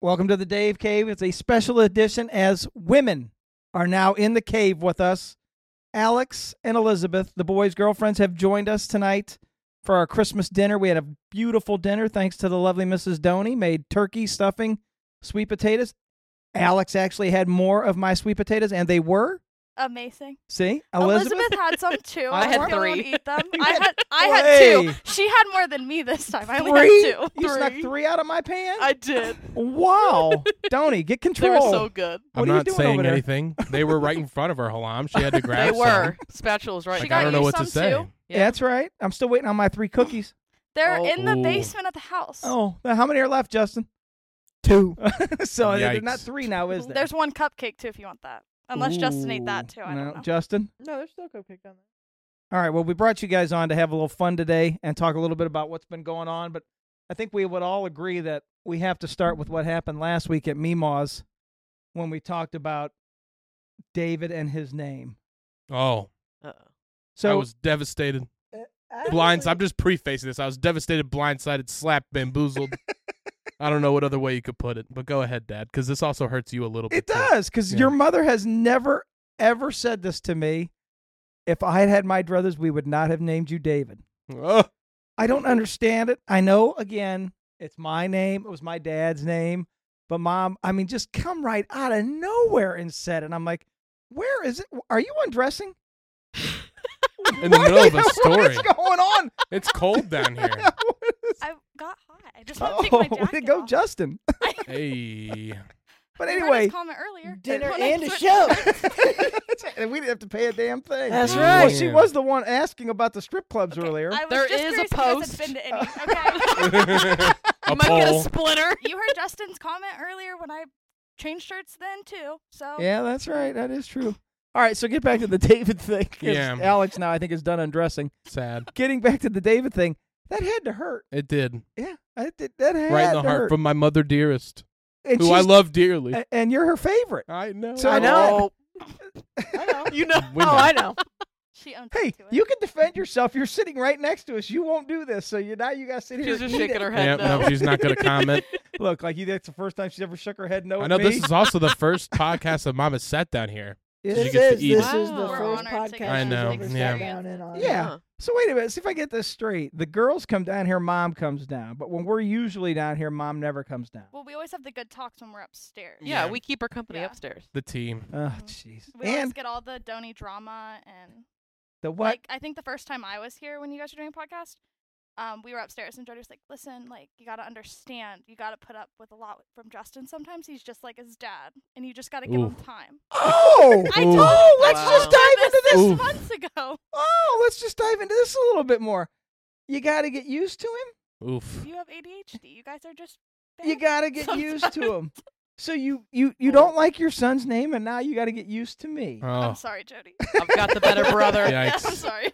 Welcome to the Dave Cave. It's a special edition as women are now in the cave with us. Alex and Elizabeth, the boys' girlfriends, have joined us tonight for our Christmas dinner. We had a beautiful dinner thanks to the lovely Mrs. Doney. Made turkey, stuffing, sweet potatoes. Alex actually had more of my sweet potatoes, and they were. Amazing. See, Elizabeth, had some too. I had was gonna three. Eat them. You I had had I had three. two. She had more than me this time. I only three. had two. You snuck three out of my pants. I did. Wow, Donny, get They control. were so good. What I'm are you not doing saying over there? anything. They were right in front of her, Halam. She had to They grab were some. spatula's right. She Like, got I don't know you what some to say. too? Yeah. That's right. I'm still waiting on my three cookies. They're Oh. in the Ooh. basement of the house. Oh, now how many are left, Justin? Two. so there's Yikes. not three now, is there? There's one cupcake too if you want that. Unless Justin ate that Ooh. too. I no, don't know. Justin. no, there's still cupcake down there. All right. Well, we brought you guys on to have a little fun today and talk a little bit about what's been going on. But I think we would all agree that we have to start with what happened last week at Mima's when we talked about David and his name. Oh, Uh-oh. So Uh, I was devastated. Blinds. I'm just prefacing this. I was devastated, blindsided, slapped, bamboozled. I don't know what other way you could put it, but go ahead, Dad, because this also hurts you a little bit. It too. does, because Yeah. your mother has never ever said this to me. If I had had my druthers, we would not have named you David. Ugh. I don't understand it. I know again, it's my name. It was my dad's name. But mom, I mean, just come right out of nowhere and said it. And I'm like, where is it? Are you undressing? In the What middle of is- a story. What is going on? It's cold down here. What is- I got hot. I just want to take my oh, jacket way to go, off. Justin. Hey. But I heard his anyway, comment earlier. Dinner When I and a switched show. and we didn't have to pay a damn thing. That's Well, right. she was the one asking about the strip clubs Okay, earlier. I was There just is a curious if you guys had post. been to any- Okay. a You might get a poll. splinter. you heard Justin's comment earlier when I changed shirts then too. So Yeah, that's right. That is true. All right, so get back to the David thing. 'cause Yeah. Alex now I think is done undressing. Sad. Getting back to the David thing, that had to hurt. It did. Yeah, that, did- that had Right in the to heart hurt. from my mother dearest, and who I she's- love dearly. a- And you're her favorite. I know. So I know. I know. You know. Window. Oh, I know. she owns Hey, up to it. you can defend yourself. You're sitting right next to us. You won't do this, so you now you got to sit here. She's and just eat shaking it. her Yeah, head. no, she's not going to comment. Look, like you. That's the first time she's ever shook her head no. I at know me. this is also the first podcast that Mama sat down here. It She This gets to is eat. this is Wow. the We're first honored to podcast get I she's know, ever yeah. sat down in on. Yeah. So wait a minute. See if I get this straight. The girls come down here. Mom comes down. But when we're usually down here, mom never comes down. Well, we always have the good talks when we're upstairs. Yeah, Yeah. we keep her company Yeah. upstairs. The team. Oh, jeez. We always And get all the Donny drama and the what? like I think the first time I was here when you guys were doing a podcast, um, we were upstairs and Jody was like, "Listen, like you gotta understand, you gotta put up with a lot from Justin. Sometimes he's just like his dad, and you just gotta give him Oof. time." oh, I Ooh. told oh, let's Wow. just dive into this. this Oof. months ago. Oh, let's just dive into this a little bit more. You got to get used to him. Oof. You have ADHD. You guys are just. You bad. got to get used to him. So you you you don't like your son's name, and now you got to get used to me. Oh. I'm sorry, Jody. I've got the better brother. I'm Yikes. sorry.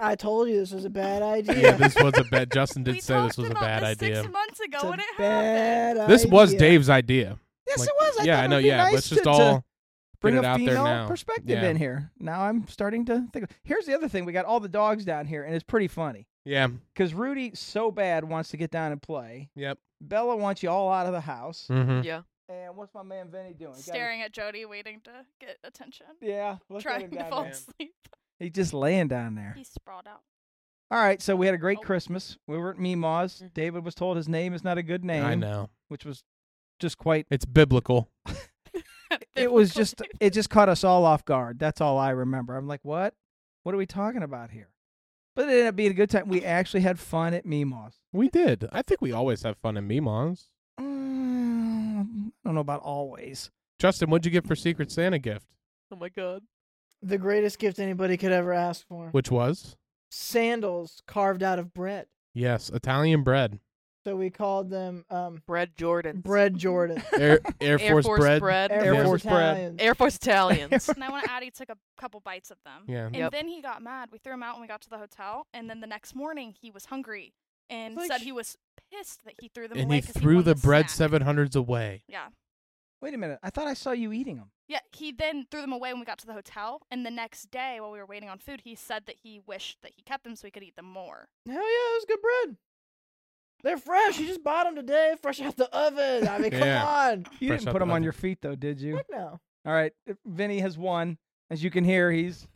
I told you this was a bad idea. Yeah, this was a bad. Justin we did say talked this was a about bad this idea. Six months ago It's a when it happened. bad This was idea. Dave's idea. yes, Like, it was. I yeah, thought I it know. would be Yeah, nice let's just to, to all bring put it a out there female now. perspective Yeah. in here. Now I'm starting to think. Here's the other thing: we got all the dogs down here, and it's pretty funny Yeah. because Rudy so bad wants to get down and play. Yep. Bella wants you all out of the house. Mm-hmm. Yeah. And what's Oh my man Vinny doing? Got his- Staring at Jody, waiting to get attention. Yeah, look at him trying to down fall there. asleep. He's just laying down there. He's sprawled out. All right, so we had a great Oh. Christmas. We were at Mima's. Mhm. David was told his name is not a good name, I know. which was just quite. It's biblical. It was just. It just caught us all off guard. That's all I remember. I'm like, what? What are we talking about here? But it ended up being a good time. We actually had fun at Mima's. We did. I think we always have fun in Mimons. Mm, I don't know about always. Justin, what'd you get for Secret Santa gift? Oh my god. The greatest gift anybody could ever ask for. Which was? Sandals carved out of bread. Yes, Italian bread. So we called them um, Bread Jordan. bread Jordan. Air, Air, Force, bread. Air, Yeah. Force Force bread. Italians. Air Force Italians. And I want to add, he took a couple bites of them. Yeah. And Yep. then he got mad. We threw him out when we got to the hotel. And then the next morning, he was hungry and Like said sh- he was pissed that he threw them And away. he 'cause threw won the bread snack. 700s away. Yeah. Wait a minute. I thought I saw you eating them. Yeah. He then threw them away when we got to the hotel. And the next day, while we were waiting on food, he said that he wished that he kept them so he could eat them more. Hell yeah, it was good bread. They're fresh. You just bought them today, fresh out the oven. I mean, come Yeah. on. You Fresh didn't put out the them on oven. your feet though, did you? Heck no. All right, Uh, Vinny has won. As you can hear, he's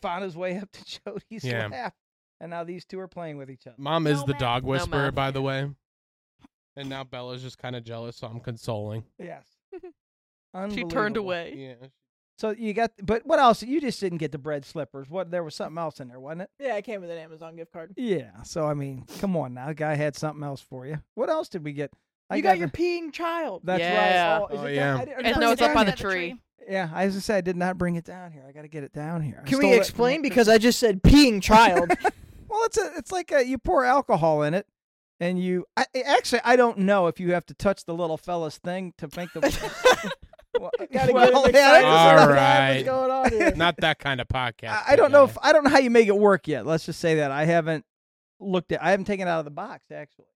found his way up to Jody's Yeah. lap, and now these two are playing with each other. Mom is No the mouth. dog No whisperer, mouth, by the way. And now Bella's just kind of jealous, so I'm consoling. Yes. She turned Unbelievable. away. Yeah. So you got, but what else? You just didn't get the bread slippers. What? There was something else in there, wasn't it? Yeah, it came with an Amazon gift card. Yeah. So I mean, come on now, guy had something else for you. What else did we get? I you got, your the- peeing child. That's Yeah. right. Oh, it yeah. down? I didn't- I And didn't no, bring Right it it's up down there here. by the at tree. Yeah, I was gonna say I did not bring it down here. I got to get it down here. I Can stole we it- explain? Because I just said peeing child. Well, it's a, it's like a, you pour alcohol in it, and you. I, I- actually, I don't know if you have to touch the little fella's thing to make the. well, Gotta well, get him yeah, I excited. don't All know. All right. right. What's going on here? Not that kind of podcast. I, I don't know guy. if I don't know how you make it work yet. Let's just say that I haven't looked at. I haven't taken it out of the box actually,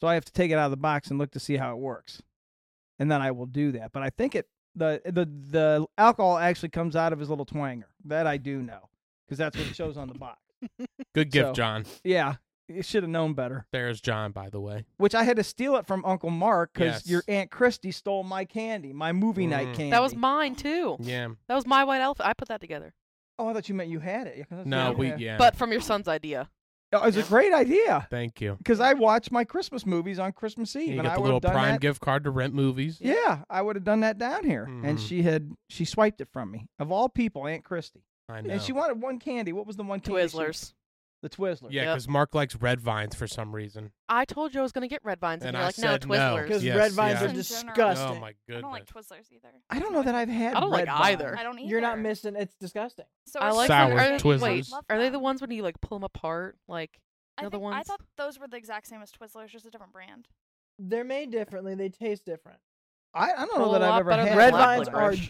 so I have to take it out of the box and look to see how it works, and then I will do that. But I think it the the the alcohol actually comes out of his little twanger. That I do know because that's what it shows on the box. Good gift, so. John. Yeah, you should have known better. There's John, by the way. Which I had to steal it from Uncle Mark because Yes. your aunt Christy stole my candy, my movie night Mm. candy. That was mine too. Yeah. That was my white elephant. I put that together, Oh, I thought you meant you had it. Yeah. No, we, yeah. but from your son's idea. Oh, it was a great idea. Thank you. because I watch my Christmas movies on Christmas Eve, You and got I the would little have done Prime that. gift card to rent movies. yeah, I would have done that down here, and Mhm. she had she swiped it from me. Of all people, Aunt Christie, I know. and she wanted one candy. What was the one candy? she- Twizzlers. the Twizzlers. yeah, Yep. because Mark likes red vines for some reason. I told you I was gonna get red vines, and, And you're I like, no, said no. Twizzlers. Because Yes, red vines yeah. are Just in general. disgusting. Oh my I goodness. don't like Twizzlers either. I don't know that I've had. I don't like Red Vine. either. I don't either. You're not missing. It's disgusting. So I it's like Sour them. Are they, wait, Twizzlers. Love are they the that. ones when you like pull them apart? Like I, No, the think- I ones- thought those were the exact same as Twizzlers, just a different brand. They're made differently. They taste different. I, I don't Well, know a that lot I've ever better had. than Red black vines are licorice.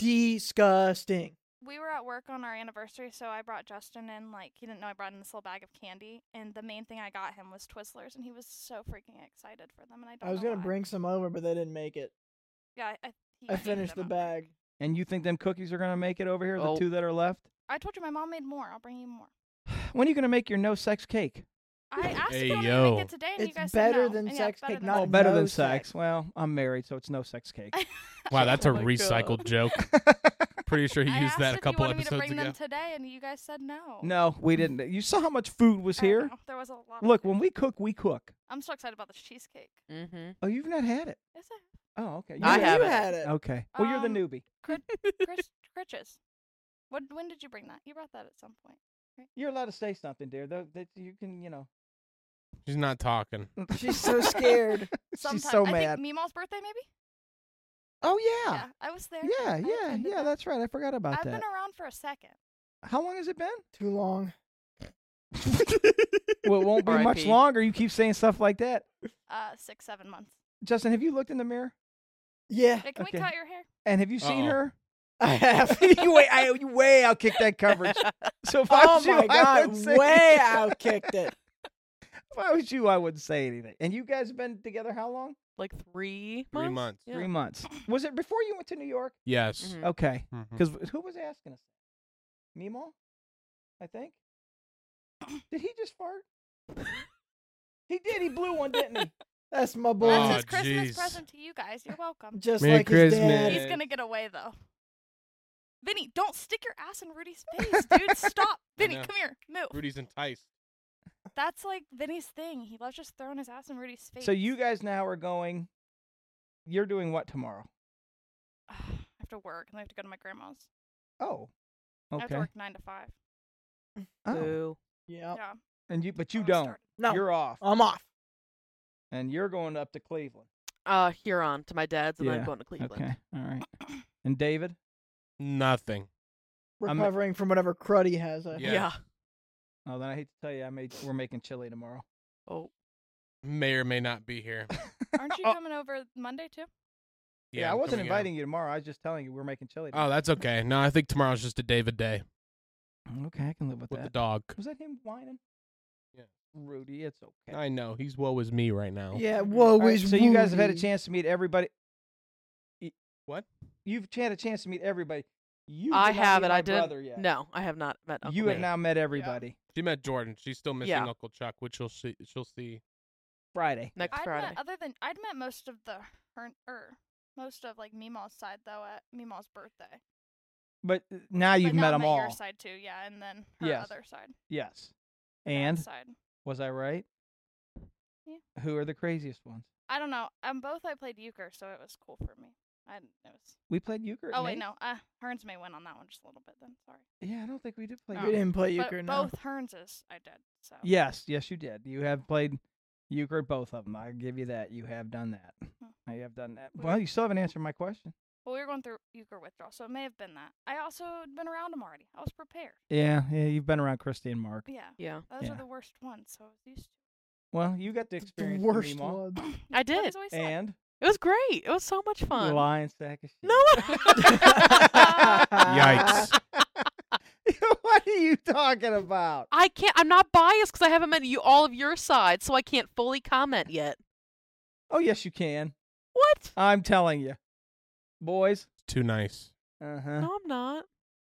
disgusting. We were at work on our anniversary, so I brought Justin in. Like he didn't know I brought in this little bag of candy, and the main thing I got him was Twizzlers, and he was so freaking excited for them. And I don't. I was know gonna why. bring some over, but they didn't make it. Yeah, I, I, he I hated finished the them. bag. And you think them cookies are gonna make it over here? The Oh. two that are left. I told you my mom made more. I'll bring you more. When are you gonna make your no sex cake? I asked Hey, if I yo. make it today, and you It's guys better said no. than And yeah, sex it's better cake, than not Oh, no better than sex. sex. Well, I'm married, so it's no sex cake. Wow, that's a my God. recycled joke. Pretty sure he uh, I used asked that a if couple you wanted episodes me to bring ago. them today, and you guys said no. no, we didn't. You saw how much food was I don't here. know. There was a lot. Look, of food. when we cook, we cook. I'm so excited about this cheesecake. Mm-hmm. Oh, you've not had it. Is it Oh, okay. I you You- have you it. had it. Okay. Well, you're the Um, newbie. Critch, Critch's? What? When did you bring that? You brought that at some point. You're allowed to say something, dear. Though that you can, you know. She's not talking. She's so scared. Sometime. She's so I mad. think Meemaw's birthday, maybe. oh yeah. Yeah, I was there. Yeah, I yeah, attended yeah. that. That's right. I forgot about I've that. been around for a second. How long has it been? Too long. well, it won't be much RIP. longer. You keep saying stuff like that. Uh, six, seven months. Justin, have you looked in the mirror? Yeah, Hey, can Okay. we cut your hair? And have you seen Uh-oh. her? I have. you way, I, you way outkicked that coverage. So if I oh was you, my I god, would say, way out kicked it. If I was you, I wouldn't say anything. And you guys have been together how long? Like three months. Three months. Yeah. Three months. Oh, Was it before you went to New York? Yes. Mm-hmm. Mhm. Okay. Mhm. Because who was asking us? Mimo, I think. Did he just fart? he did. He blew one, didn't he? That's my boy. That's Oh, his Christmas jeez. present to you guys. You're welcome. Just Merry like his Christmas. dad. He's gonna get away though. Vinny, don't stick your ass in Rudy's face, dude. Stop, Vinny. know. Come here. Move. Rudy's enticed. That's like Vinny's thing. He loves just throwing his ass in Rudy's face. So you guys now are going. You're doing what tomorrow? I have to work, and I have to go to my grandma's. Oh, I have to okay. work nine to five. Oh. Boo. Yeah. Yeah. And you, but you I'm don't. started. No, Oh. You're off, I'm off. and you're going up to Cleveland. Uh, Huron to my dad's, and Yeah, I'm going to Cleveland. Okay, all right. And David, Nothing. I'm- Recovering from whatever crud he has. uh, I- Yeah. Yeah. oh, then I hate to tell you, I made we're making chili tomorrow. Oh, May or may not be here. Aren't you Oh. coming over Monday too? Yeah, I I'm wasn't coming out. inviting you tomorrow. I was just telling you we're making chili. Oh, that's okay. No, I think tomorrow's just a David day tomorrow. okay, I can live with with the that. dog. Was that him whining? Yeah. Rudy, it's okay. I know he's woe is me right now. Yeah. Whoa. All right, is so you guys have had a Rudy. chance to meet everybody. Y- What? You've had a chance to meet everybody. You I did not have meet it. my I Brother didn't. yet. No, I have not met Uncle you have Nate. now met everybody. She met Jordan. She's still missing Yeah. Uncle Chuck, which she'll see. She'll see Friday. next I'd Friday. met other than I'd met most of the her er, most of like Meemaw's side though at Meemaw's birthday. But uh, now you've but now met I them all. Your side too, yeah, and then her Yes. other side. Yes. dad's And side. was I right? Yeah. Who are the craziest ones? I don't know. Um, both I played euchre, so it was cool for me. I didn't- it was. We played euchre. Oh Nate? wait, no. Uh, Hearns may win on that one just a little bit then. Sorry. Yeah, I don't think we did play. Oh, No. We euchre. didn't play But euchre. no. both Hearnses I did. So Yes, yes, you did. You have played euchre both of them. I give you that. You have done that. I have done that. Well, you still haven't answered my question. Well, we were going through euchre withdrawal, so it may have been that. I also had been around him already. I was prepared. Yeah, yeah. You've been around Christy and Mark. Yeah. yeah, Those Yeah. are the worst ones, so I was used Well, you got to the experience the worst Meemaw. one. to. I That's what he's did. always said. and It was great. It was so much the fun. lion sack of shit. No. Yikes. what are you talking about? I can't. I'm not biased because I haven't met you all of your sides, so I can't fully comment yet. Oh yes, you can. What? I'm telling you, boys. Too nice. Uh huh. No, I'm not.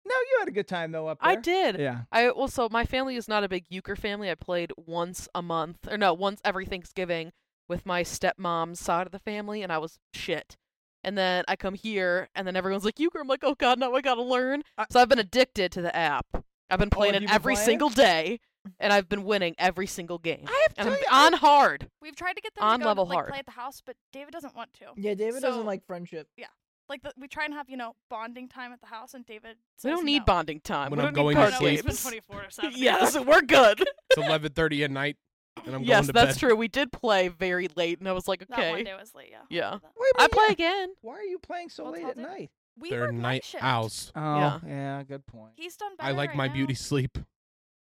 No, you had a good time though up there. I did. Yeah. I also my family is not a big euchre family. I played once a month, or no, once every Thanksgiving with my stepmom's side of the family, and I was shit. And then I come here, and then everyone's like euchre. I'm like, oh god, now I gotta learn. I- Oh, so I've been addicted to the app. I've been playing you've it been every playing it? single day, and I've been winning every single game. I have and to I'm tell you, on hard. We've tried to get them On to go level to, like, hard. play at the house, but David doesn't want to. Yeah, David So- doesn't like friendship. Like the, we try and have you know bonding time at the house, and David. We Says don't need no. bonding time. When we I'm don't going need to Oh, card no, sleep. it's been games. 24 7. yes, we're good. It's 11:30 at night, and I'm yes, going to that's bed. true. We did play very late, and I was like, That one okay, day was late. Yeah. Yeah. Remember that. Wait a I minute, play yeah. again. Why are you playing so Well, late tell at them. night? We They're were night night shift. owls. Oh, Yeah. yeah. Good point. He's done better. I like right my now. beauty sleep.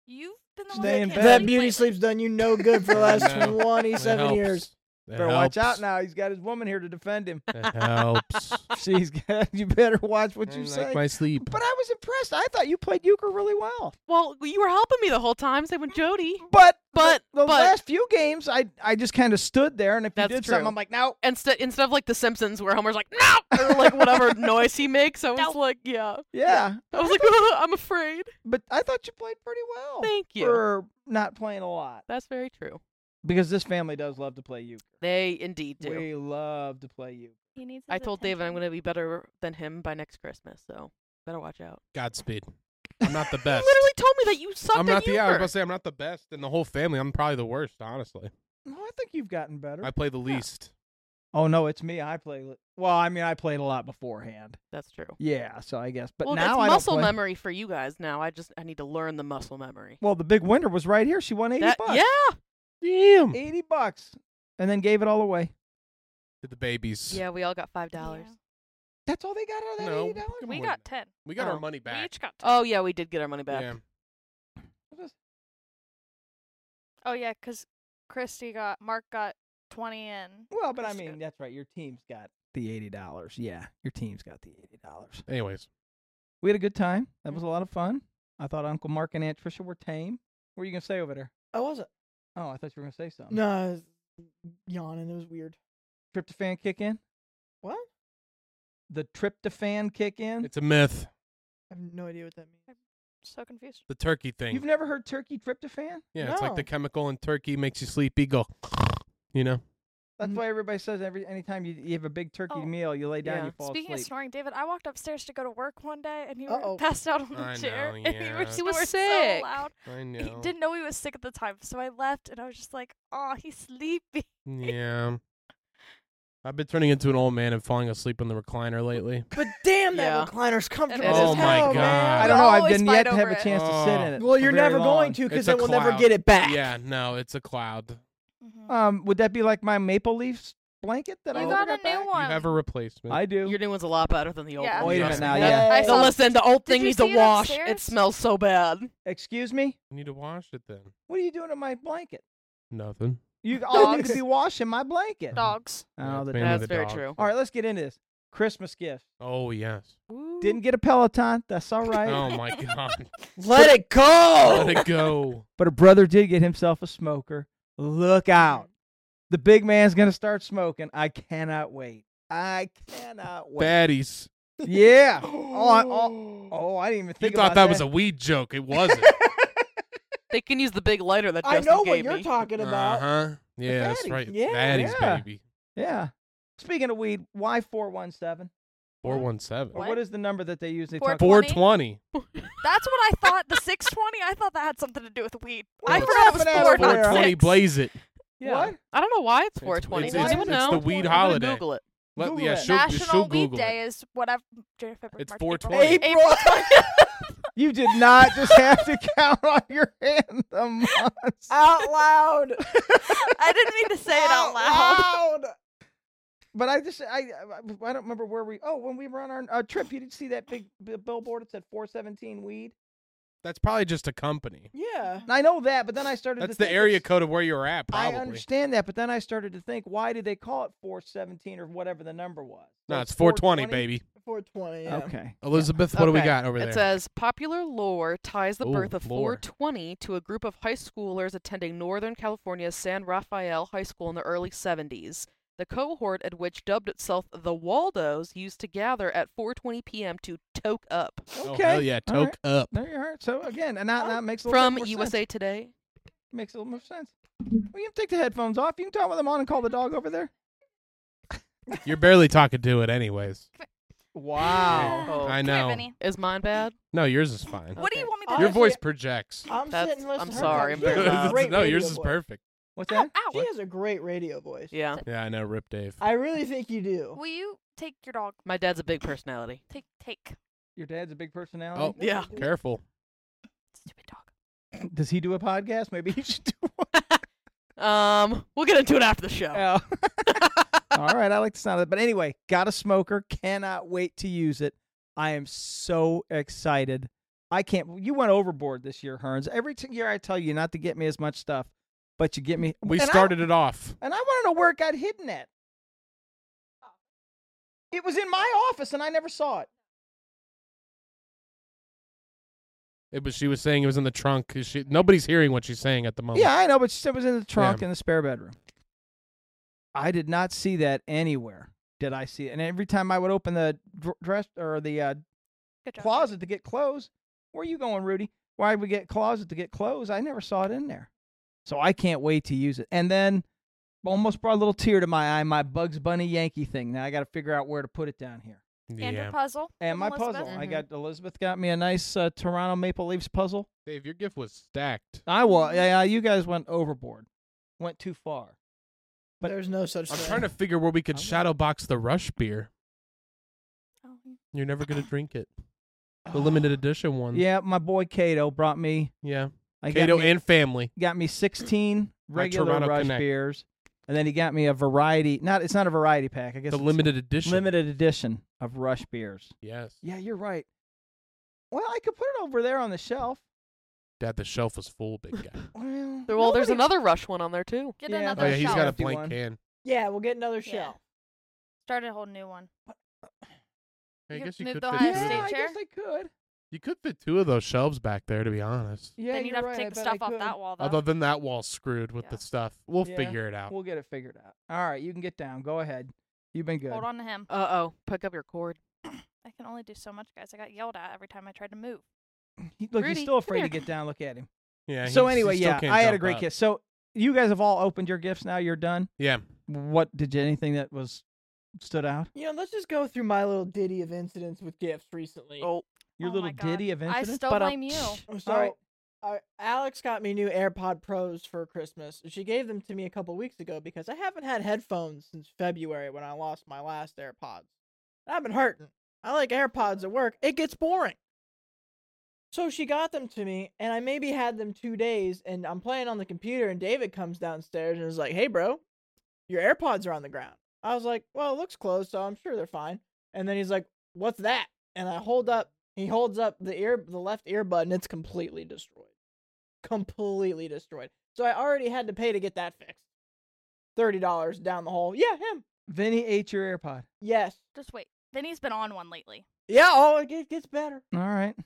You've been the Stay one in bed. that can't That sleep beauty lately. sleep's done you no good for the last I know. 27 It years. helps. It Better watch out helps. now. He's got his woman here to defend him. It helps. She's got, you better watch what I you like say. my sleep. But I was impressed. I thought you played euchre really well. Well, you were helping me the whole time, same with Jody. But But- the, the but- last few games, I I just kind of stood there, and if That's you did something, true. I'm like, no. Instead, instead of like The Simpsons, where Homer's like no, or like whatever noise he makes, I was No. like, yeah. Yeah. I was like, I'm afraid. But I thought you played pretty well Thank you. for not playing a lot, That's very true. because this family does love to play euchre. They indeed do. We love to play euchre. He needs I his told David I'm attention. gonna be better than him by next Christmas, so better watch out. Godspeed. I'm not the best. You literally told me that you sucked I'm at not the. Yeah, I was euchre. about to say I'm not the best in the whole family. I'm probably the worst, honestly. No, I think you've gotten better. I play the least. oh no, it's me. I play. li- Well, I mean, I played a lot beforehand. That's true. Yeah, so I guess. But well, now it's I muscle don't play. memory for you guys. Now I just I need to learn the muscle memory. Well, the big winner was right here. She won eighty That- bucks. yeah, Damn. 80 bucks and then gave it all away. Did the babies? yeah. We all got five dollars. Yeah. That's all they got out of that No. $80? Come We on. got 10. We got our Oh. money We back. each got 10. Oh yeah, we did get our money back. Yeah. Oh, yeah, because Christy got, Mark got 20 in. Well, but I That's mean, good. that's right. Your team's got the $80. Yeah, your team's got the $80. Anyways, We had a good time. That was a lot of fun. I thought Uncle Mark and Aunt Trisha were tame. What are you going to say over there? I wasn't. Oh, I thought you were going to say something. No, I was yawning. It was weird. Tryptophan kick in? What? The tryptophan kick in? it's a myth. I have no idea what that means. So confused. The turkey thing. You've never heard turkey tryptophan? yeah, it's like the No. chemical in turkey makes you sleepy. Go. You know. That's Mm. why everybody says every anytime you, you have a big turkey Mm-hmm. Oh. meal, you lay down, Yeah. you fall Speaking of asleep. snoring, David, I walked upstairs to go to work one day and he were- Uh-oh. passed out on the I chair. know, And he, yeah. were He was snored sick. so loud. I know. He didn't know he was sick at the time, so I left and I was just like, oh, he's sleepy. Yeah. I've been turning into an old man and falling asleep in the recliner lately. But damn, that Yeah. recliner's comfortable is as Oh my hell, God. man. I don't know. I always didn't fight yet have over a it. chance to sit in Oh. it. Well, for you're very never long. going to because It's a then we'll never cloud. get it back. Yeah, no, it's a cloud. Mhm. Um, would that be like my Maple Leafs blanket that I you never got a new got back? You one. have a replacement. I do. Your new one's a lot better than the old Yeah. one. Wait a minute trust now, me. yeah. That- I the- saw- listen, the old Did thing you needs a see it wash. It upstairs? smells so bad. Excuse me. You need to wash it then. What are you doing to my blanket? Nothing. You all need Dogs. to be washing my blanket. Dogs. Yeah, Oh, it's the mainly dog. That's the very dog. true. All right, let's get into this. Christmas gifts. Oh yes. Didn't get a Peloton. That's all right. Oh my god. Let it go. Let it go. But a brother did get himself a smoker. Look out. Mm. The big man's going to start smoking. I cannot wait. I cannot wait. Baddies. Yeah. Oh, I, oh, oh, I didn't even You think thought about that was a weed joke. It wasn't. They can use the big lighter that I Justin know what gave you're me. talking about. Uh-huh. Yeah, that's fatties. right. Yeah, Fatties, yeah. baby. Yeah. Speaking of weed, why 417? Four one seven. Or what What? is the number that they usually Four- talk about? Four twenty. That's what I thought. The 620, I thought that had something to do with weed. What I the forgot it fuck is was that over Four there? 420. twenty. Blaze it. Yeah. What? I don't know why it's It's- 420. it's- Does it's- anyone it's know? the weed I'm gonna holiday. Google it. Let- Google yeah, it. she'll, she'll National Weed Google Day it. is whatever. January, February, It's March, 420. April. April. You did not just have to count on your hand the months. Out loud. I didn't mean to say it out loud. But I just I I- I don't remember where we. Oh, when we were on our uh, trip, you did see that big b- billboard that said 417 weed. That's probably just a company. Yeah. And I know that, but then I started. That's to the think area it's- code of where you're at, I probably. understand that, but then I started to think, why did they call it 417 or whatever the number was? So No, it's 420, baby. 420. Yeah. Okay. Elizabeth, what do we Okay. got over it there? says popular lore ties the Ooh, birth of lore. 420 to a group of high schoolers attending Northern California's San Rafael High School in the early 70s. The cohort at which dubbed itself the Waldos used to gather at 4:20 p.m. to toke up. Oh, Okay. hell yeah, All toke right. up. There you are. So again, and that, that makes a little bit From more USA Sense. Today. Makes a little more sense. Well, you can take the headphones off. You can talk with them on and call the dog over there. You're barely talking to it, anyways. Wow. Oh. I Come here, know. Vinny. Is mine bad? No, yours is fine. Uh, What do you Okay. want me to Your do? Your Honestly, voice projects. I'm That's- sitting listening I'm to her sorry, talk. She has I'm a very loud. great no, yours radio is voice. perfect. What's Ow, that? She ow. has a great radio voice. Yeah. Yeah, I know, Rip Dave. I really think you do. Will you take your dog? My dad's a big personality. Take, take. Your dad's a big Oh, personality. Yeah. careful. Stupid dog. Oh. Does he do a podcast? Maybe he should do one. Um, we'll get into it after the show. Oh. All right, I like the sound of it. But anyway, got a smoker. Cannot wait to use it. I am so excited. I can't. You went overboard this year, Hearns. Every t- year I tell you not to get me as much stuff, but you get me. We and I- started it off. and I want to know where it got hidden at. It was in my office, and I never saw it. It was, she was saying it was in the trunk. 'cause She, nobody's hearing what she's saying at the moment. Yeah, I know, but she said it was in the trunk in the spare bedroom. I did not see that anywhere. Did I see it? And every time I would open the dr- dress or the uh, Good job. closet to get clothes. Where you going, Rudy? Why we get closet to get clothes? I never saw it in there. So I can't wait to use it. And then almost brought a little tear to my eye, my Bugs Bunny Yankee thing. Now I got to figure out where to put it down here. And Yeah. your puzzle. And from my Elizabeth. Oh, puzzle. I Mhm. got Elizabeth got me a nice uh, Toronto Maple Leafs puzzle. Dave, your gift was stacked. I will. Yeah, yeah, you guys went overboard. Went too far. But- But there's no such I'm thing. trying to figure where we could I'm- shadow box the Rush beer. Oh, You're never going to drink it. The limited edition one. Yeah, my boy Cato brought me Yeah. I got Cato me- and family. got me 16 My regular Toronto rush Connect. beers and then he got me a variety not it's not a variety pack i guess The it's limited edition. limited edition of rush beers Yes. yeah you're right well i could put it over there on the shelf Dad, the shelf was full, big guy. well, Well, there's nobody- another Rush one on there too. Get Yeah. another oh, yeah, he's shelf. got a Empty blank one. can. Yeah, we'll get another Yeah. shell. Start a whole new one. I You guess you move could, the fit high two of state yeah, those- I chair? guess I could. you could fit two of those shelves back there, to be honest. Yeah, then you're you'd have right, to I take the bet I stuff off could. that wall, though. Other than that wall screwed with Yeah. the stuff, we'll Yeah. figure it out. We'll get it figured out. All right, you can get down. Go ahead. You've been good. Hold on to him. Uh oh. Pick up your cord. I can only do so much, guys. I got yelled at every time I tried to move. He- look, he's Rudy, still come afraid to here. get down. Look at him. Yeah. so he's- he anyway, still yeah, can't I had a jump great up. kiss. So you guys have all opened your gifts now. You're done. Yeah. What did you anything that was stood out? You know, let's just go through my little ditty of incidents with gifts recently. Oh, Your Oh little my God. ditty of I incidents. still But, um, blame you. So, right. uh, Alex got me new AirPod Pros for Christmas. She gave them to me a couple weeks ago because I haven't had headphones since February when I lost my last AirPods. And I've been hurting. I like AirPods at work. It gets boring. So she got them to me, and I maybe had them two days, and I'm playing on the computer, and David comes downstairs and is like, "Hey, bro, your AirPods are on the ground." I was like, "Well, it looks closed, so I'm sure they're fine." And then he's like, "What's that?" And I hold up he holds up the ear, the left earbud, and it's completely destroyed. Completely destroyed. So I already had to pay to get that fixed. Thirty dollars down the hole. Yeah, him. Vinny ate your AirPod. Yes. Just wait. Vinny's been on one lately. Yeah. Oh, it get- gets better. All right.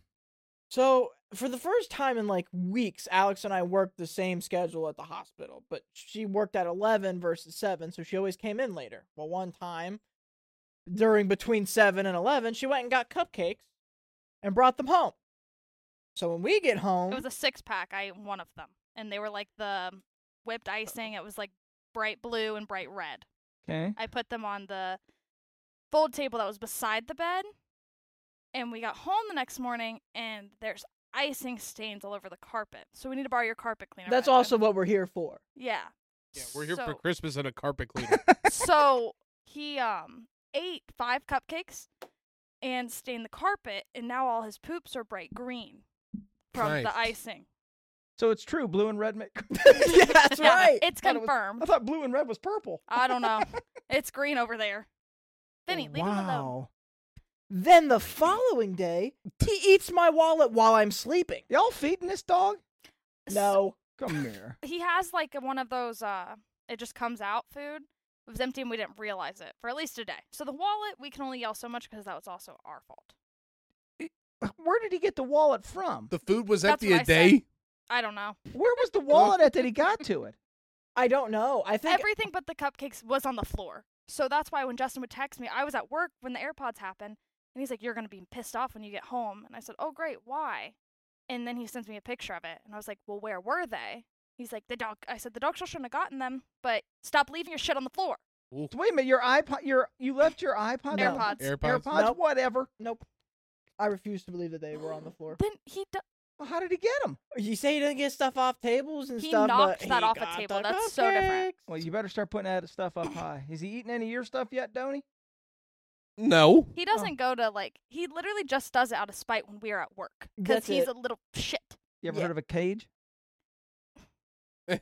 So for the first time in like weeks, Alex and I worked the same schedule at the hospital, but she worked at eleven versus seven, so she always came in later. Well, one time during between seven and eleven, she went and got cupcakes and brought them home. So when we get home, It was a six pack. I ate one of them, and they were like the whipped icing. It was like bright blue and bright red. Okay. I put them on the fold table that was beside the bed. And we got home the next morning and there's icing stains all over the carpet. So we need to borrow your carpet cleaner. That's by the way. also what we're here for. Yeah. Yeah, we're here for So- Christmas and a carpet cleaner. so he um ate five cupcakes and stained the carpet and now all his poops are bright green from Nice. the icing. So it's true. Blue and red. Make- yeah, that's Yeah, right. It's Thought it was- confirmed. I thought blue and red was purple. I don't know. It's green over there. Vinny, leave him alone. wow. Then the following day, he eats my wallet while I'm sleeping. Y'all feeding this dog? No. Come here. he has like one of those uh it just comes out food it was empty and we didn't realize it for at least a day so the wallet we can only yell so much because that was also our fault Where did he get the wallet from? the food was That's empty what a I said. day. i don't know Where was the wallet at that he got to it? I don't know. I think everything but the cupcakes was on the floor so that's why when justin would text me i was at work when the airpods happened and he's like you're gonna be pissed off when you get home and i said oh great why and then he sends me a picture of it and i was like well where were they he's like the dog i said the dog show shouldn't have gotten them but stop leaving your shit on the floor Wait a minute. Your iPod. Your you left your iPod. Oh, No. airpods AirPods. AirPods. Nope. Whatever. nope. I refuse to believe that they were on the floor. then he d- Well, how did he get them? You say he didn't get stuff off tables and He stuff. knocked but that he off a got table. the That's so different. cupcakes. Well, you better start putting that stuff up high. Is he eating any of your stuff yet, Donny? No. He doesn't go to like he literally just does it out of spite when we're at work because That's he's it. a little shit. You ever Yeah. heard of a cage?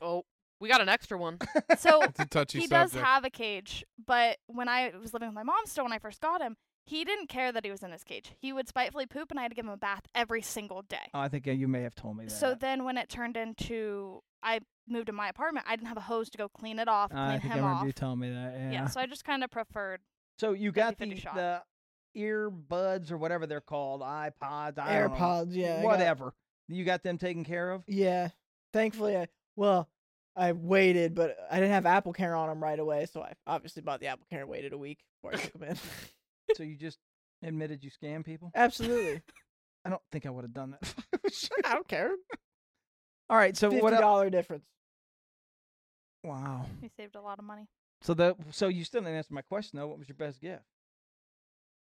Oh, we got an extra one. So It's a touchy he does subject. have a cage, but when I was living with my mom still when I first got him, he didn't care that he was in his cage. He would spitefully poop, and I had to give him a bath every single day. Oh, I think uh, you may have told me that. So then when it turned into I moved to my apartment, I didn't have a hose to go clean it off, Uh, I clean think I him remember off. you telling me that. Yeah. so I just kind of preferred. So you got the, 50-50 shot. the earbuds or whatever they're called, iPods, I don't know, AirPods. Yeah. I got- whatever. You got them taken care of. yeah. Thankfully, I well, I waited, but I didn't have Apple Care on them right away, so I obviously bought the Apple Care and waited a week before I took them in. So you just admitted you scam people. Absolutely. I don't think I would have done that. if I was you. I don't care. All right. So Fifty what? el- dollar difference. Wow. He saved a lot of money. So the so you still didn't answer my question though. What was your best gift?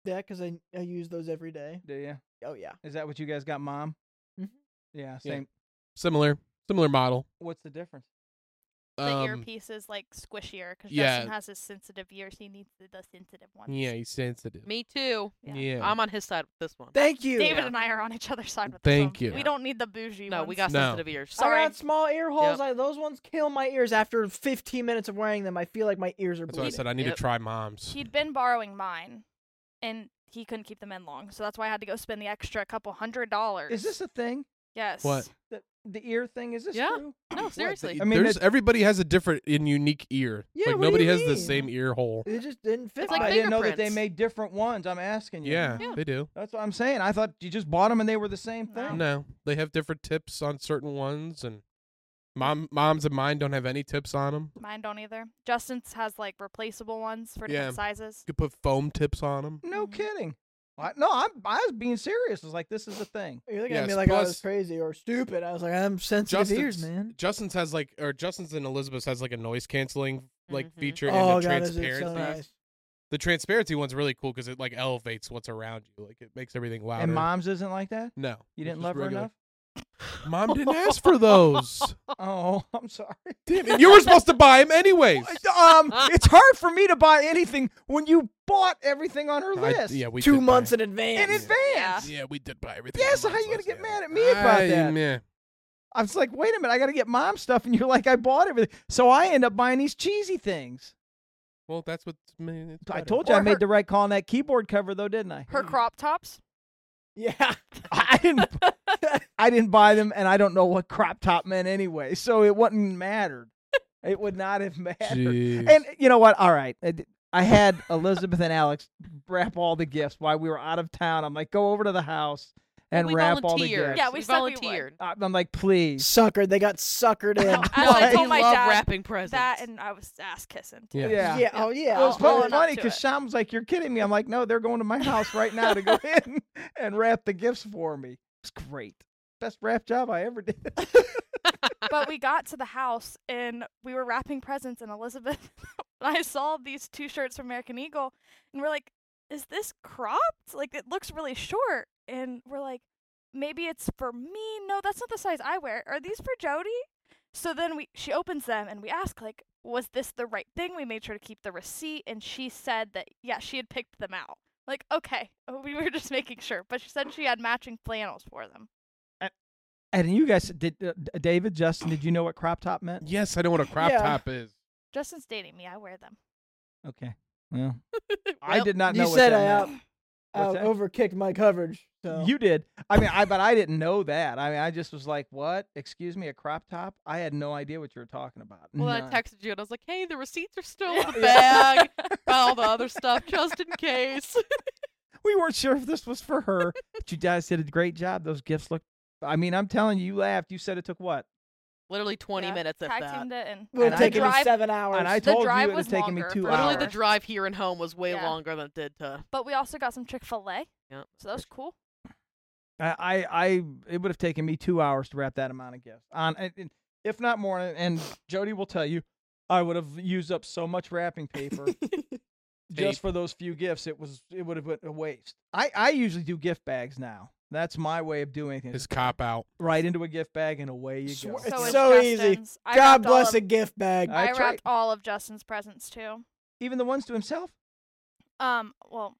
Yeah, because I I use those every day. Do you? Oh yeah. Is that what you guys got, Mom? Mhm. Yeah. Same. Similar, similar model. What's the difference? The Um, earpiece is like squishier because yeah. Justin has his sensitive ears. He needs the, the sensitive ones. yeah, he's sensitive. Me too. Yeah. Yeah. I'm on his side with this one. Thank you. David and I are on each other's side with this Thank one. you. We don't need the bougie No, ones. we got No. sensitive ears. I Sorry. got small ear holes. I, those ones kill my ears after 15 minutes of wearing them. I feel like my ears are That's why I bleeding. said I need Yep. to try mom's. He'd been borrowing mine, and he couldn't keep them in long, so that's why I had to go spend the extra couple hundred dollars. Is this a thing? yes? What? The the ear thing? Is this Yeah. true? No, seriously. I mean, There's, it- everybody has a different and unique ear. Yeah, like what do nobody you has the mean? same ear hole. It just didn't fit. It's like I my- didn't know that they fingerprints. made different ones. I'm asking you. Yeah, Yeah. they do. That's what I'm saying. I thought you just bought them and they were the same No. thing. No, they have different tips on certain ones, and mom, moms and mine don't have any tips on them. Mine don't either. Justin's has like replaceable ones for Yeah. different sizes. You could put foam tips on them. No Mhm. kidding. I, no, I'm, I was being serious. It's like this is a thing. You're looking at me Yes, like I was plus- crazy or stupid. I was like, I'm sensitive ears, man. Justin's has like, or Justin's and Elizabeth's has like a noise canceling like Mm-hmm. Mhm. feature, and Oh the god, this is transparency. so nice. The transparency one's really cool because it like elevates what's around you, like it makes everything louder. And mom's isn't like that. no, You it's didn't just love her regular. enough. Mom didn't ask for those. Oh, I'm sorry. Damn, and you were supposed to buy them anyways. Um, it's hard for me to buy anything when you bought everything on her I- list yeah, we Two did buy months 'em. in advance. in advance. Yeah. Yeah, we did buy everything. Yes, on how mom's you gonna list, get yeah. mad at me about I- that? yeah. I was like, wait a minute, I got to get mom stuff, and you're like, I bought everything. So I end up buying these cheesy things. Well, that's what I mean, it's I better. told you Or I made her- the right call on that keyboard cover, though, didn't I? Her crop tops. Yeah. I didn't. I didn't buy them, and I don't know what crop top meant anyway, so it wouldn't mattered. It would not have mattered. Jeez. And you know what? All right, I d- I had Elizabeth and Alex wrap all the gifts while we were out of town. I'm like, go over to the house and we wrap all the volunteered. gifts. Yeah, we said we would. volunteered. I- I'm like, please. Suckered. They got suckered in. No, yeah. as I Why? told They my love dad wrapping presents. that, and I was ass kissing. yeah. Yeah. Oh It was yeah. I'll- I'll probably own up funny to because it. Sean was like, "You're kidding me." I'm like, "No, they're going to my house right now to go in and wrap the gifts for me." It's great, best wrap job I ever did. but we got to the house and we were wrapping presents and Elizabeth and I saw these two shirts from American Eagle and we're like, is this cropped? Like it looks really short and we're like, maybe it's for me. No, that's not the size I wear. Are these for Jody? So then we she opens them and we ask like, was this the right thing? We made sure to keep the receipt and she said that yeah, she had picked them out. Like, okay, we were just making sure, but she said she had matching flannels for them. And you guys did, uh, D- David, Justin, did you know what crop top meant? Yes, I know what a crop Yeah. top is. Justin's dating me. I wear them. Okay. Well, I Well, did not know. you what said that I meant. What's out, out that? overkicked my coverage. So You did. I mean, I but I didn't know that. I mean, I just was like, "What? Excuse me, a crop top?" I had no idea what you were talking about. Well, None. I texted you and I was like, "Hey, the receipts are still in the bag. All the other stuff, just in case." we weren't sure if this was for her, but you guys did a great job. Those gifts looked. I mean, I'm telling you, you laughed. You said it took what? Literally 20 Yeah, minutes if Tag that. teamed it and We'll And I take it in drive- seven hours. And I The told you drive it had was taken me longer two for Literally, hours. sure. the drive here and home was way Yeah. longer than it did to. but we also got some Chick Fil A. Yeah, So that was cool. I, I, I, it would have taken me two hours to wrap that amount of gifts on, and- and if not more. And Jody will tell you, I would have used up so much wrapping paper Tape. just for those few gifts. It was, it would have been a waste. I, I usually do gift bags now. That's my way of doing things. His cop out. right into a gift bag and away you go. Swear- It's so is so easy. Justin's. I God wrapped all bless of- a gift bag. I I tried. wrapped all of Justin's presents too. Even the ones to himself. Um, well,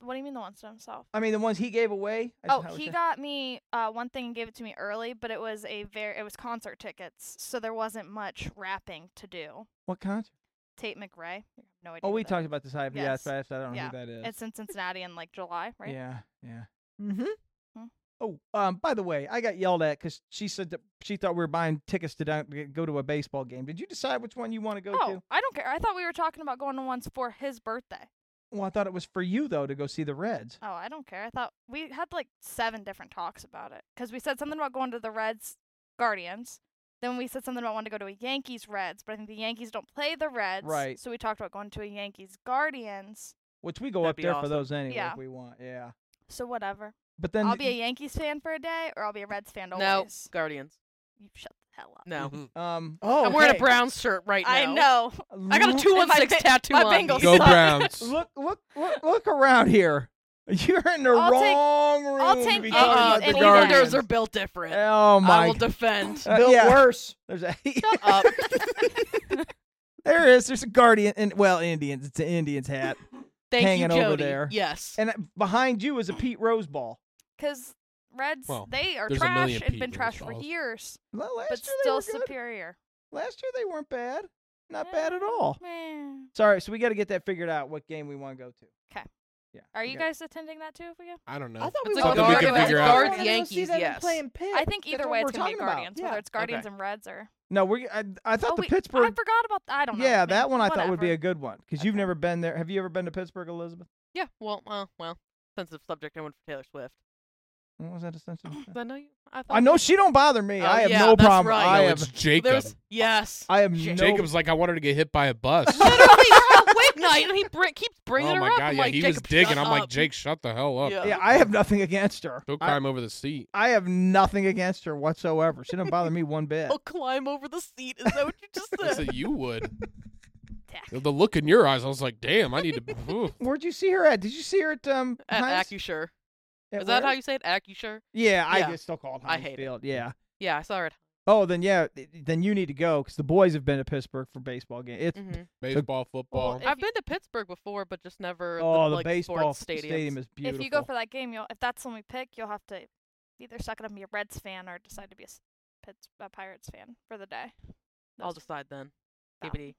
what do you mean the ones to himself? I mean, the ones he gave away. I Oh, don't know he what got me uh, one thing and gave it to me early, but it was a very it was concert tickets, so there wasn't much wrapping to do. what concert? Tate McRae, no idea. Oh, who we that- talked about this. Yes. Yeah, Yes. that's right. I don't know Yeah. who that is. It's in Cincinnati in like July, right? Yeah, yeah. Mm-hmm. Oh, um, by the way, I got yelled at because she said that she thought we were buying tickets to down, go to a baseball game. Did you decide which one you want to go Oh, to? I don't care. I thought we were talking about going to ones for his birthday. Well, I thought it was for you though to go see the Reds. Oh, I don't care. I thought we had like seven different talks about it because we said something about going to the Reds Guardians. Then we said something about wanting to go to a Yankees Reds, but I think the Yankees don't play the Reds. Right. So we talked about going to a Yankees Guardians. Which we go That'd up be there for awesome. those anyway Yeah. if we want. Yeah. So whatever. But then I'll be a Yankees fan for a day, or I'll be a Reds fan No, always. Guardians. You shut the hell up. No, Mm-hmm. um. Oh, I'm wearing a okay. brown shirt right now. I know. I got a look- two one six My- tattoo my on. Bengals. me. Go Browns. Look, look, look, look around here. You're in the I'll take- wrong room. I'll to take be Yankees talking Uh-uh, about the the any Defenders Guardians. day. are built different. Oh I my! will defend. Uh, Uh, Built yeah. worse. There's a Shut up. there is there's a guardian and well Indians it's an Indians hat Thank Hanging you, over Jody. there. Yes. and uh, behind you is a Pete Rose ball. Because Reds, Well, they are there's a trash million and been Pete trash for Rosenthals. years, La- Last but year they still were good. superior. Last year they weren't bad, not Eh, bad at all. meh. Sorry, so we got to get that figured out. What game we want to go to? 'Kay. Yeah. Are we you got- guys attending that too if we go? I don't know. I thought It's we like were a Something we could going figure to out. Guardians, Yankees, them yes. playing pit. I think either what way we're it's gonna be talking about. Guardians, Yeah. whether it's Guardians Okay. and Reds or No, we. I, I thought oh, the wait, I Pittsburgh. forgot about th- I don't know. yeah, Man, that one I thought would be a whatever. good one because you've Okay. never been there. Have you ever been to Pittsburgh, Elizabeth? Yeah. Well. Well. Well. Sensitive subject. I went for Taylor Swift. What was that a sense? of- I know. You, I, thought I know she don't bother me. Oh, I have yeah, no that's problem. right. I no, have. it's Jacob. There's yes. I have Shit. no. Jacob's like, I wanted to get hit by a bus. oh Literally, all wig night, and he br- keeps bringing my her up. god, I'm yeah, like, he was Jacob, digging. shut I'm like, up. Jake, shut the hell up. Yeah. Yeah, I have nothing against her. Don't I, climb over the seat. I have nothing against her whatsoever. She don't bother me one bit. I'll climb over the seat. Is that what you just I said? said you would. Tack. The look in your eyes, I was like, damn, I need to. Ooh. Where'd you see her at? Did you see her at um? At Heinz? AccuSure. At Is that how where? you say it? AccuSure. Yeah, I Yeah. just still call it I Heinz hate it. Field. Yeah. Yeah, I saw her. At- Oh, then yeah, th- then you need to go because the boys have been to Pittsburgh for baseball game. It's Mhm. Baseball, football. If I've you- been to Pittsburgh before, but just never. oh, the, the like, baseball sports stadium. stadiums. is beautiful. If you go for that game, you'll if that's the one we pick, you'll have to either suck it up and be a Reds fan or decide to be a, s- Pitts, a Pirates fan for the day. I'll Those- decide then. Stop. DVD.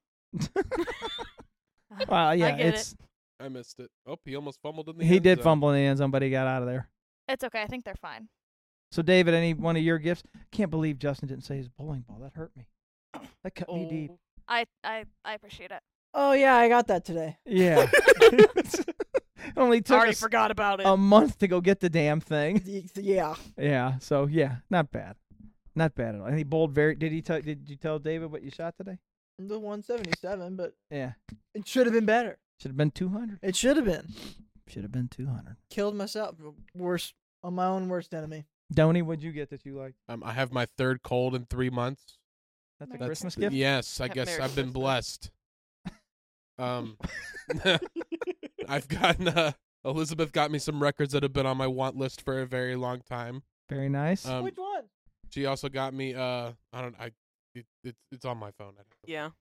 Well, yeah, get it. it's I missed it. Oh, he almost fumbled in the he end did zone. fumble in the end zone, but he got out of there. It's okay. I think they're fine. So David, any one of your gifts? Can't believe Justin didn't say his bowling ball. That hurt me. That cut me deep. Oh. I I, I appreciate it. Oh yeah, I got that today. Yeah. it only took Already us forgot about it. a month to go get the damn thing. Y- Yeah. Yeah. So yeah, not bad, not bad at all. And he bowled very. Did he tell? Did you tell David what you shot today? The 177, but Yeah. it should have been better. Should have been two hundred. It should have been. Should have been two hundred. Killed myself. Worst. I'm my own worst enemy. Donnie, what'd you get that you like? Um, I have my third cold in three months. That's a That's- Christmas gift. Yes, I Merry guess I've been Christmas. blessed. Um, I've gotten uh, Elizabeth got me some records that have been on my want list for a very long time. Very nice. Um, Which one? she also got me uh, I don't I, it, it's it's on my phone. I don't- Yeah.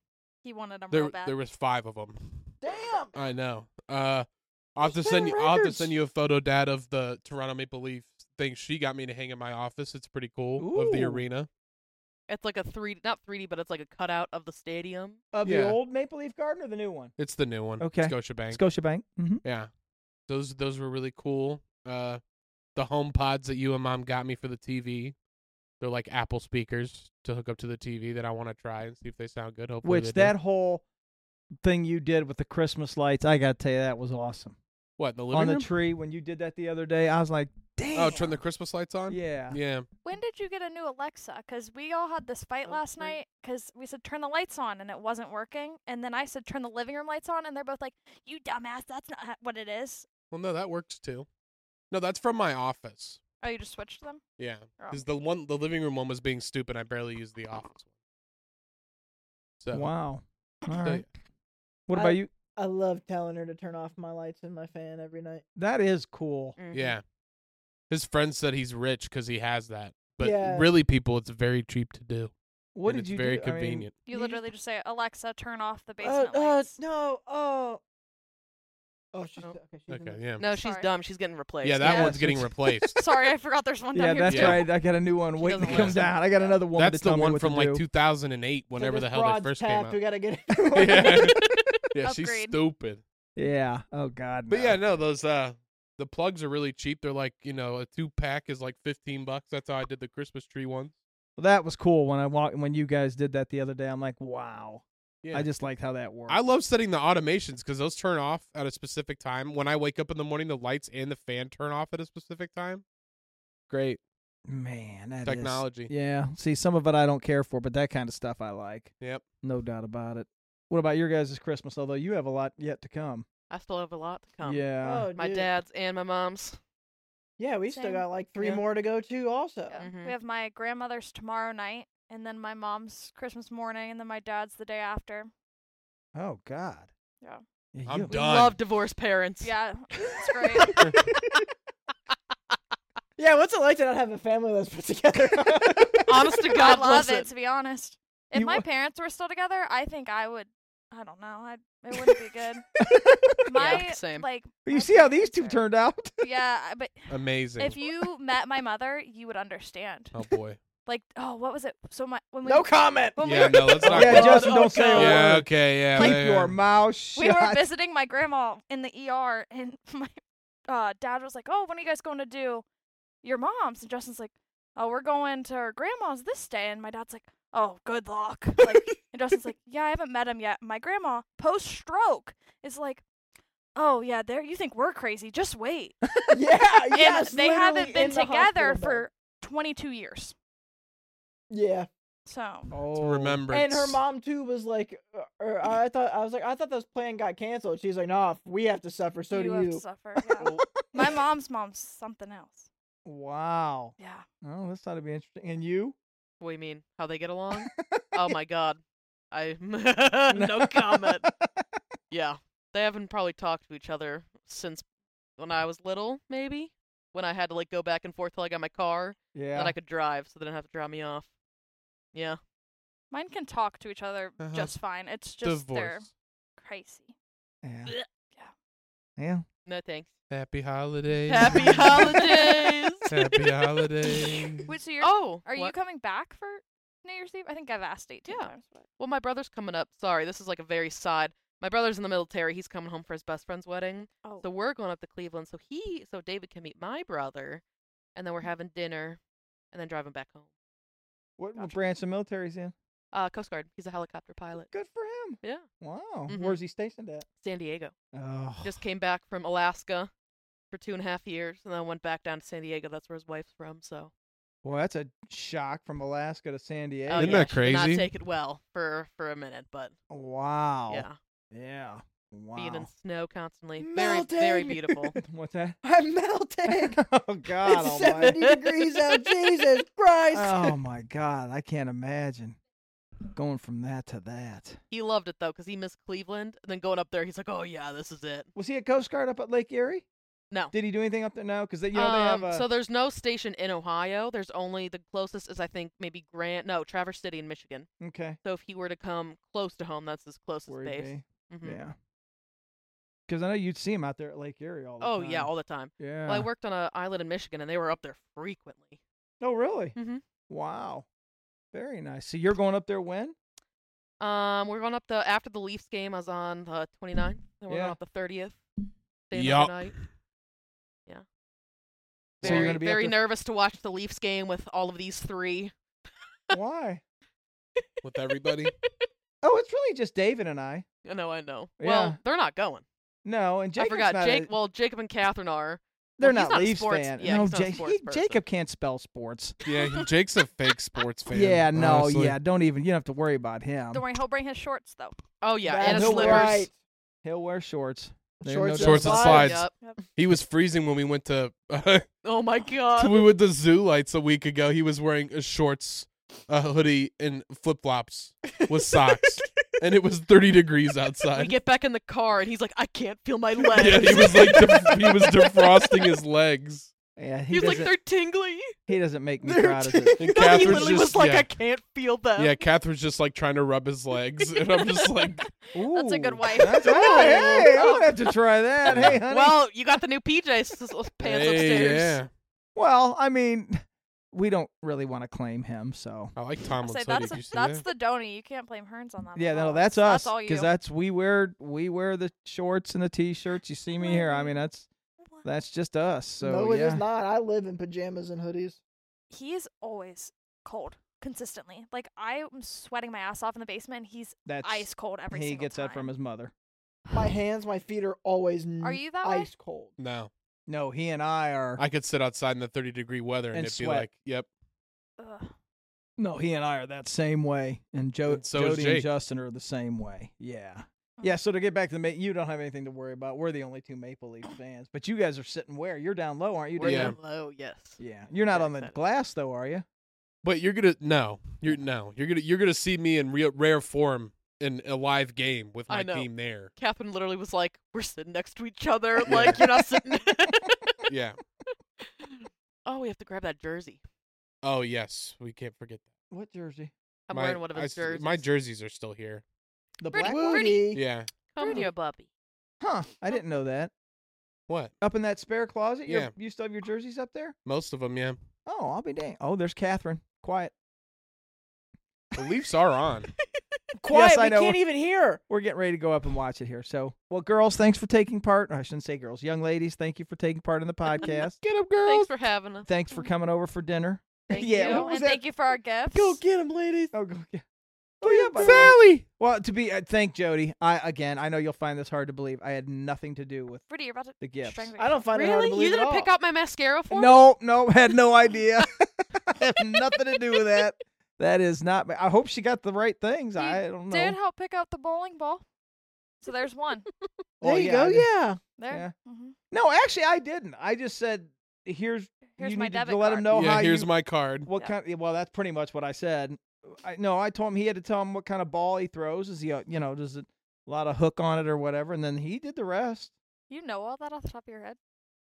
He wanted them There real bad. there was five of them. Damn. I know. Uh, I'll have to There's send you. better I'll have to records. send you a photo, Dad, of the Toronto Maple Leaf thing she got me to hang in my office. It's pretty cool of the Ooh. arena. It's like a three, not 3D, but it's like a cutout of the stadium. Of yeah. the old Maple Leaf Garden or the new one? It's the new one. Okay. Scotiabank. Scotiabank. Mm-hmm. Yeah. Those those were really cool. Uh the home pods that you and mom got me for the TV. They're like Apple speakers to hook up to the TV that I want to try and see if they sound good. Hopefully they Which do. that whole thing you did with the Christmas lights, I gotta tell you, that was awesome. what in the living On the room? tree when you did that the other day, I was like, "Damn!" oh, turn the Christmas lights on. yeah. Yeah. when did you get a new Alexa? Because we all had this fight Oh, last great. night because we said turn the lights on and it wasn't working. And then I said turn the living room lights on and they're both like, you dumbass, that's not ho- what it is. Well, no, that works too. No, that's from my office. Oh, you just switched them? Yeah. Oh. Cuz the one the living room one was being stupid. I barely used the office one. So Wow. All so, right. What I- about you? I love telling her to turn off my lights and my fan every night. That is cool. Mm-hmm. Mhm. yeah. His friend said he's rich cuz he has that. But Yeah. really people it's very cheap to do. What and did it's you very do? I mean, convenient. You, You just- literally just say, Alexa, turn off the Oh, basement oh lights. no! Oh. Oh, she's Oh. okay. She's in okay, the- yeah. No, she's Sorry. dumb. She's getting replaced. Yeah, that Yeah, one's getting she's- replaced. Sorry, I forgot there's one down yeah, here. that's too. right. I got a new one She waiting to doesn't come listen. down. I got another woman. That's to tell the me one what to from like do. 2008, So whenever this the hell they broad's first tapped, We came out. gotta get it. yeah, yeah she's Upgrade. stupid. Yeah. Oh God. But no. yeah, no, those uh, the plugs are really cheap. They're like you know a two pack is like 15 bucks. That's how I did the Christmas tree ones. Well, that was cool when I walked when you guys did that the other day. I'm like, wow. Yeah. I just liked how that worked. I love setting the automations because those turn off at a specific time. When I wake up in the morning, the lights and the fan turn off at a specific time. Great Man, that is- technology. yeah. See, some of it I don't care for, but that kind of stuff I like. Yep. No doubt about it. What about your guys' Christmas? Although you have a lot yet to come. I still have a lot to come. Yeah. oh, My dude. dad's and my mom's. Yeah, we still Same. got like three Yeah. more to go to. Also, Yeah. Mhm. We have my grandmother's tomorrow night, and then my mom's Christmas morning, and then my dad's the day after. Oh, God. Yeah. Yeah, I'm you- We done. love divorced parents. Yeah, it's great. yeah. What's it like to not have a family that's put together? Honest to I God, love bless it, to be honest. If You my wa- parents were still together, I think I would. I don't know. I it wouldn't be good. My same. like. you my see how these parents two are- turned out? Yeah, I- but Amazing. if you met my mother, you would understand. oh boy. Like, oh, what was it? So my when we no comment. when we yeah, were, no, let's not. yeah, God. Justin, Oh, don't say a God. yeah, word. okay, yeah. Keep yeah. your mouth shut. we were visiting my grandma in the ER, and my uh, dad was like, "Oh, when are you guys going to do your mom's?" And Justin's like, "Oh, we're going to her grandma's this day." And my dad's like, "Oh, good luck." Like, and Justin's like, "Yeah, I haven't met him yet." My grandma, post stroke, is like, "Oh yeah, there. You think we're crazy? Just wait." yeah, yes, and they literally haven't in been the hospital together bed. for 22 years. Yeah, So oh, Remembrance. and her mom too was like, uh, uh, I thought I was like, I thought this plan got canceled. She's like, no, if we have to suffer. So you do have you. to suffer. yeah. my mom's mom's something else. Wow. Yeah. Oh, this ought to be interesting. And you? What do you mean? How they get along? oh my God. I no comment. Yeah, they haven't probably talked to each other since when I was little, maybe when I had to like go back and forth till I got my car yeah. that I could drive, so they didn't have to drop me off. Yeah. Mine can talk to each other Uh-huh. just fine. It's just they're Divorce. crazy. yeah. Yeah. Yeah. No thanks. Happy holidays. Happy holidays. Happy holidays. Wait, so you're oh, are you what? coming back for New Year's Eve? I think I've asked eighteen Yeah. times. But Well, my brother's coming up. Sorry, this is like a very side. My brother's in the military. He's coming home for his best friend's wedding. oh, So we're going up to Cleveland so he so David can meet my brother and then we're having dinner and then driving back home. What, what Gotcha. branch of military's in? Uh Coast Guard. He's a helicopter pilot. Good for him. Yeah. Wow. Mhm. Where's he stationed at? San Diego. Oh. Just came back from Alaska for two and a half years and then went back down to San Diego. That's where his wife's from, so Oh, Well, that's a shock from Alaska to San Diego. oh, Isn't yeah, that she did not crazy? take it well for for a minute, but Wow. yeah. Yeah. Oh, Wow. being in snow constantly. Very, very Melting! beautiful. What's that? I'm melting. oh God it's Almighty! 70 degrees out. Jesus Christ. Oh my God! I can't imagine going from that to that. he loved it though because he missed Cleveland. And then going up there, he's like, "Oh yeah, this is it." Was he a Coast Guard up at Lake Erie? No. Did he do anything up there? No, because you know they have Um, a. so there's no station in Ohio. There's only the closest is I think maybe Grant, no Traverse City in Michigan. Mm, okay. So if he were to come close to home, that's his closest Where he'd base. be. Mhm. Yeah. Because I know you'd see him out there at Lake Erie all the Oh time. yeah, all the time. yeah. Well, I worked on a island in Michigan, and they were up there frequently. oh really? Mhm. Wow. Very nice. So you're going up there when? Um, we're going up the after the Leafs game. I was on the 29th, and we're Yeah. going up the 30th. Staying Yup. overnight. Yeah. So Very, you're gonna be up very there- nervous to watch the Leafs game with all of these three. Why? with everybody. Oh, it's really just David and I. I know, I know. Yeah. Well, they're not going. No, and Jacob's I forgot. not a- Jake. Well, Jacob and Catherine are. they're well, he's not, not a Leafs sports- fan. yeah, no, he's not a Ja- sports he- person. Jacob can't spell sports. yeah, he- Jake's a fake sports fan. yeah, no, honestly. yeah. Don't even. You don't have to worry about him. Don't worry, he'll bring his shorts though. Oh yeah, and That's a He'll slippers. wear- right. He'll wear shorts. There are Shorts, no Shorts doubt and about slides. Yup. He was freezing when we went to Oh my So god. we went to zoo lights a week ago. He was wearing a shorts, a hoodie, and flip flops with socks, and it was thirty degrees We outside. get back in the car, and he's like, "I can't feel my legs." yeah, he was like def- he was defrosting his legs. it. Yeah, he He's like, doesn't. "They're tingly." he doesn't make me They're proud of it. t- No, And he Catherine's literally just was like, yeah, "I can't feel them." yeah. Catherine's just like trying to rub his legs, and I'm just like, That's a good Ooh, wife. That's, oh, hey, I would have to try that. Hey, honey. Well, you got the new PJs s- s- pants hey, upstairs. yeah. Well, I mean, we don't really want to claim him, so I like I Tomlin's say hoodie. that's Did you see that's that? the Donny. You can't blame Hearns on that. one yeah, at no, all. that's us That's all you. that's we wear we wear the shorts and the t-shirts. You see me here. I mean, that's that's just us. So no, it yeah. is not. I live in pajamas and hoodies. he's always cold consistently. Like I'm sweating my ass off in the basement. And he's That's ice cold every he single gets that from time. his mother. My hands, my feet are always Are n- you that way? ice cold. No, No, he and I are. I could sit outside in the thirty degree weather and, And it'd sweat. be like, yep. Ugh. no, he and I are that same way, and Jo- And so is Jody and Jake. Justin are the same way. Yeah, yeah. So to get back to the, ma- you don't have anything to worry about. We're the only two Maple Leaf fans, but you guys are sitting where? You're down low, aren't you? We're Dan? Yeah. down low, yes. Yeah, you're not Very on the excited. glass though, are you? But you're gonna no, you're no, you're gonna you're gonna see me in real, rare form in a live game with I my know. team there. Catherine literally was like, "We're sitting next to each other. Like you're not sitting." Yeah. oh, we have to grab that jersey. Oh yes, we can't forget that. What jersey? I'm My- wearing one of I his s- jerseys. My jerseys are still here. The Pretty- black Woody. one? Woody. Yeah. Come Rudy. here, Bubby. Huh? I didn't know that. What? Up in that spare closet? your- Yeah. You still have your jerseys up there? Most of them, yeah. Oh, I'll be dang. Oh, there's Catherine. Quiet. The Leafs are on. Quiet, I we know. can't e-, even hear. We're getting ready to go up and watch it here. So, well, girls, thanks for taking part. I shouldn't say girls. Young ladies, thank you for taking part in the podcast. Get up, Thanks girls. for having us. thanks for coming over for dinner. Thank yeah. you. What was and that? thank you for our gifts. Go get them, ladies. Oh, go, yeah. Oh yeah, by the way. Sally. Well, to be uh, thank Jody. I again, I know you'll find this hard to believe. I had nothing to do with Rudy, you're about to the gifts. strangle I don't find it hard to Really? believe You at didn't all. pick out my mascara for me? No, no, had no idea. I have nothing to do with that. That is not. I hope she got the right things. You I don't know. Did help pick out the bowling ball. So there's one. Oh, There yeah, you I go. did. Yeah. There. hmm No, actually, I didn't. I just said, "Here's, Here's you my need to- to debit let him card." know how yeah, here's you, my card. what Yeah. kind. Well, that's pretty much what I said. I no, I told him he had to tell him what kind of ball he throws. Is he, a- you know, does it a lot of hook on it or whatever? And then he did the rest. You know all that off the top of your head.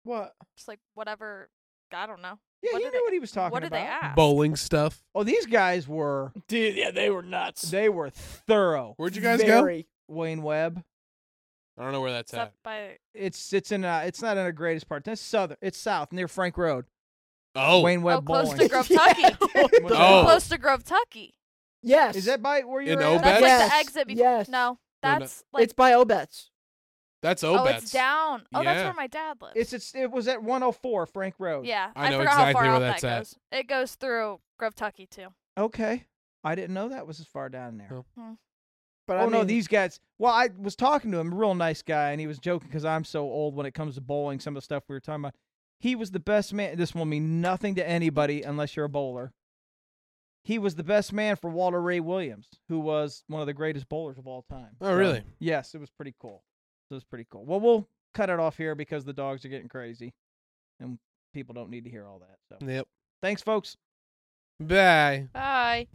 What? Just like whatever. I don't know. Yeah, What he did knew they- what he was talking what did about. they ask? Bowling stuff. Oh, these guys were Dude, yeah, they were nuts. they were thorough. Where'd you guys Very. Wayne Webb. go? I don't know where that's It's up at. by It's it's in uh, it's not in the greatest part. That's southern. It's south near Frank Road. Oh, Wayne oh, Webb close Bowling. to Grove Tucky. What the- Oh. Close to Grove Tucky. Yes. Is that by where you're In at? Obed? That's like Yes. the exit. Before. Yes. No, no. that's like it's by Obet's. that's oh, Obet's. it's down. Oh, that's Yeah. where my dad lives. It's, it's it was at 104 Frank Road. yeah, I know forgot exactly how far where out that's that at. goes. It goes through Grove Tucky too. Okay. I didn't know that was as far down there. Oh. But Oh I mean, no, these guys. Well, I was talking to him, real nice guy, and he was joking because I'm so old when it comes to bowling. Some of the stuff we were talking about. He was the best man. This will mean nothing to anybody unless you're a bowler. He was the best man for Walter Ray Williams, who was one of the greatest bowlers of all time. Oh, really? Yes, it was pretty cool. So it's pretty cool. Well, we'll cut it off here because the dogs are getting crazy and people don't need to hear all that. So Yep. thanks, folks. Bye. Bye.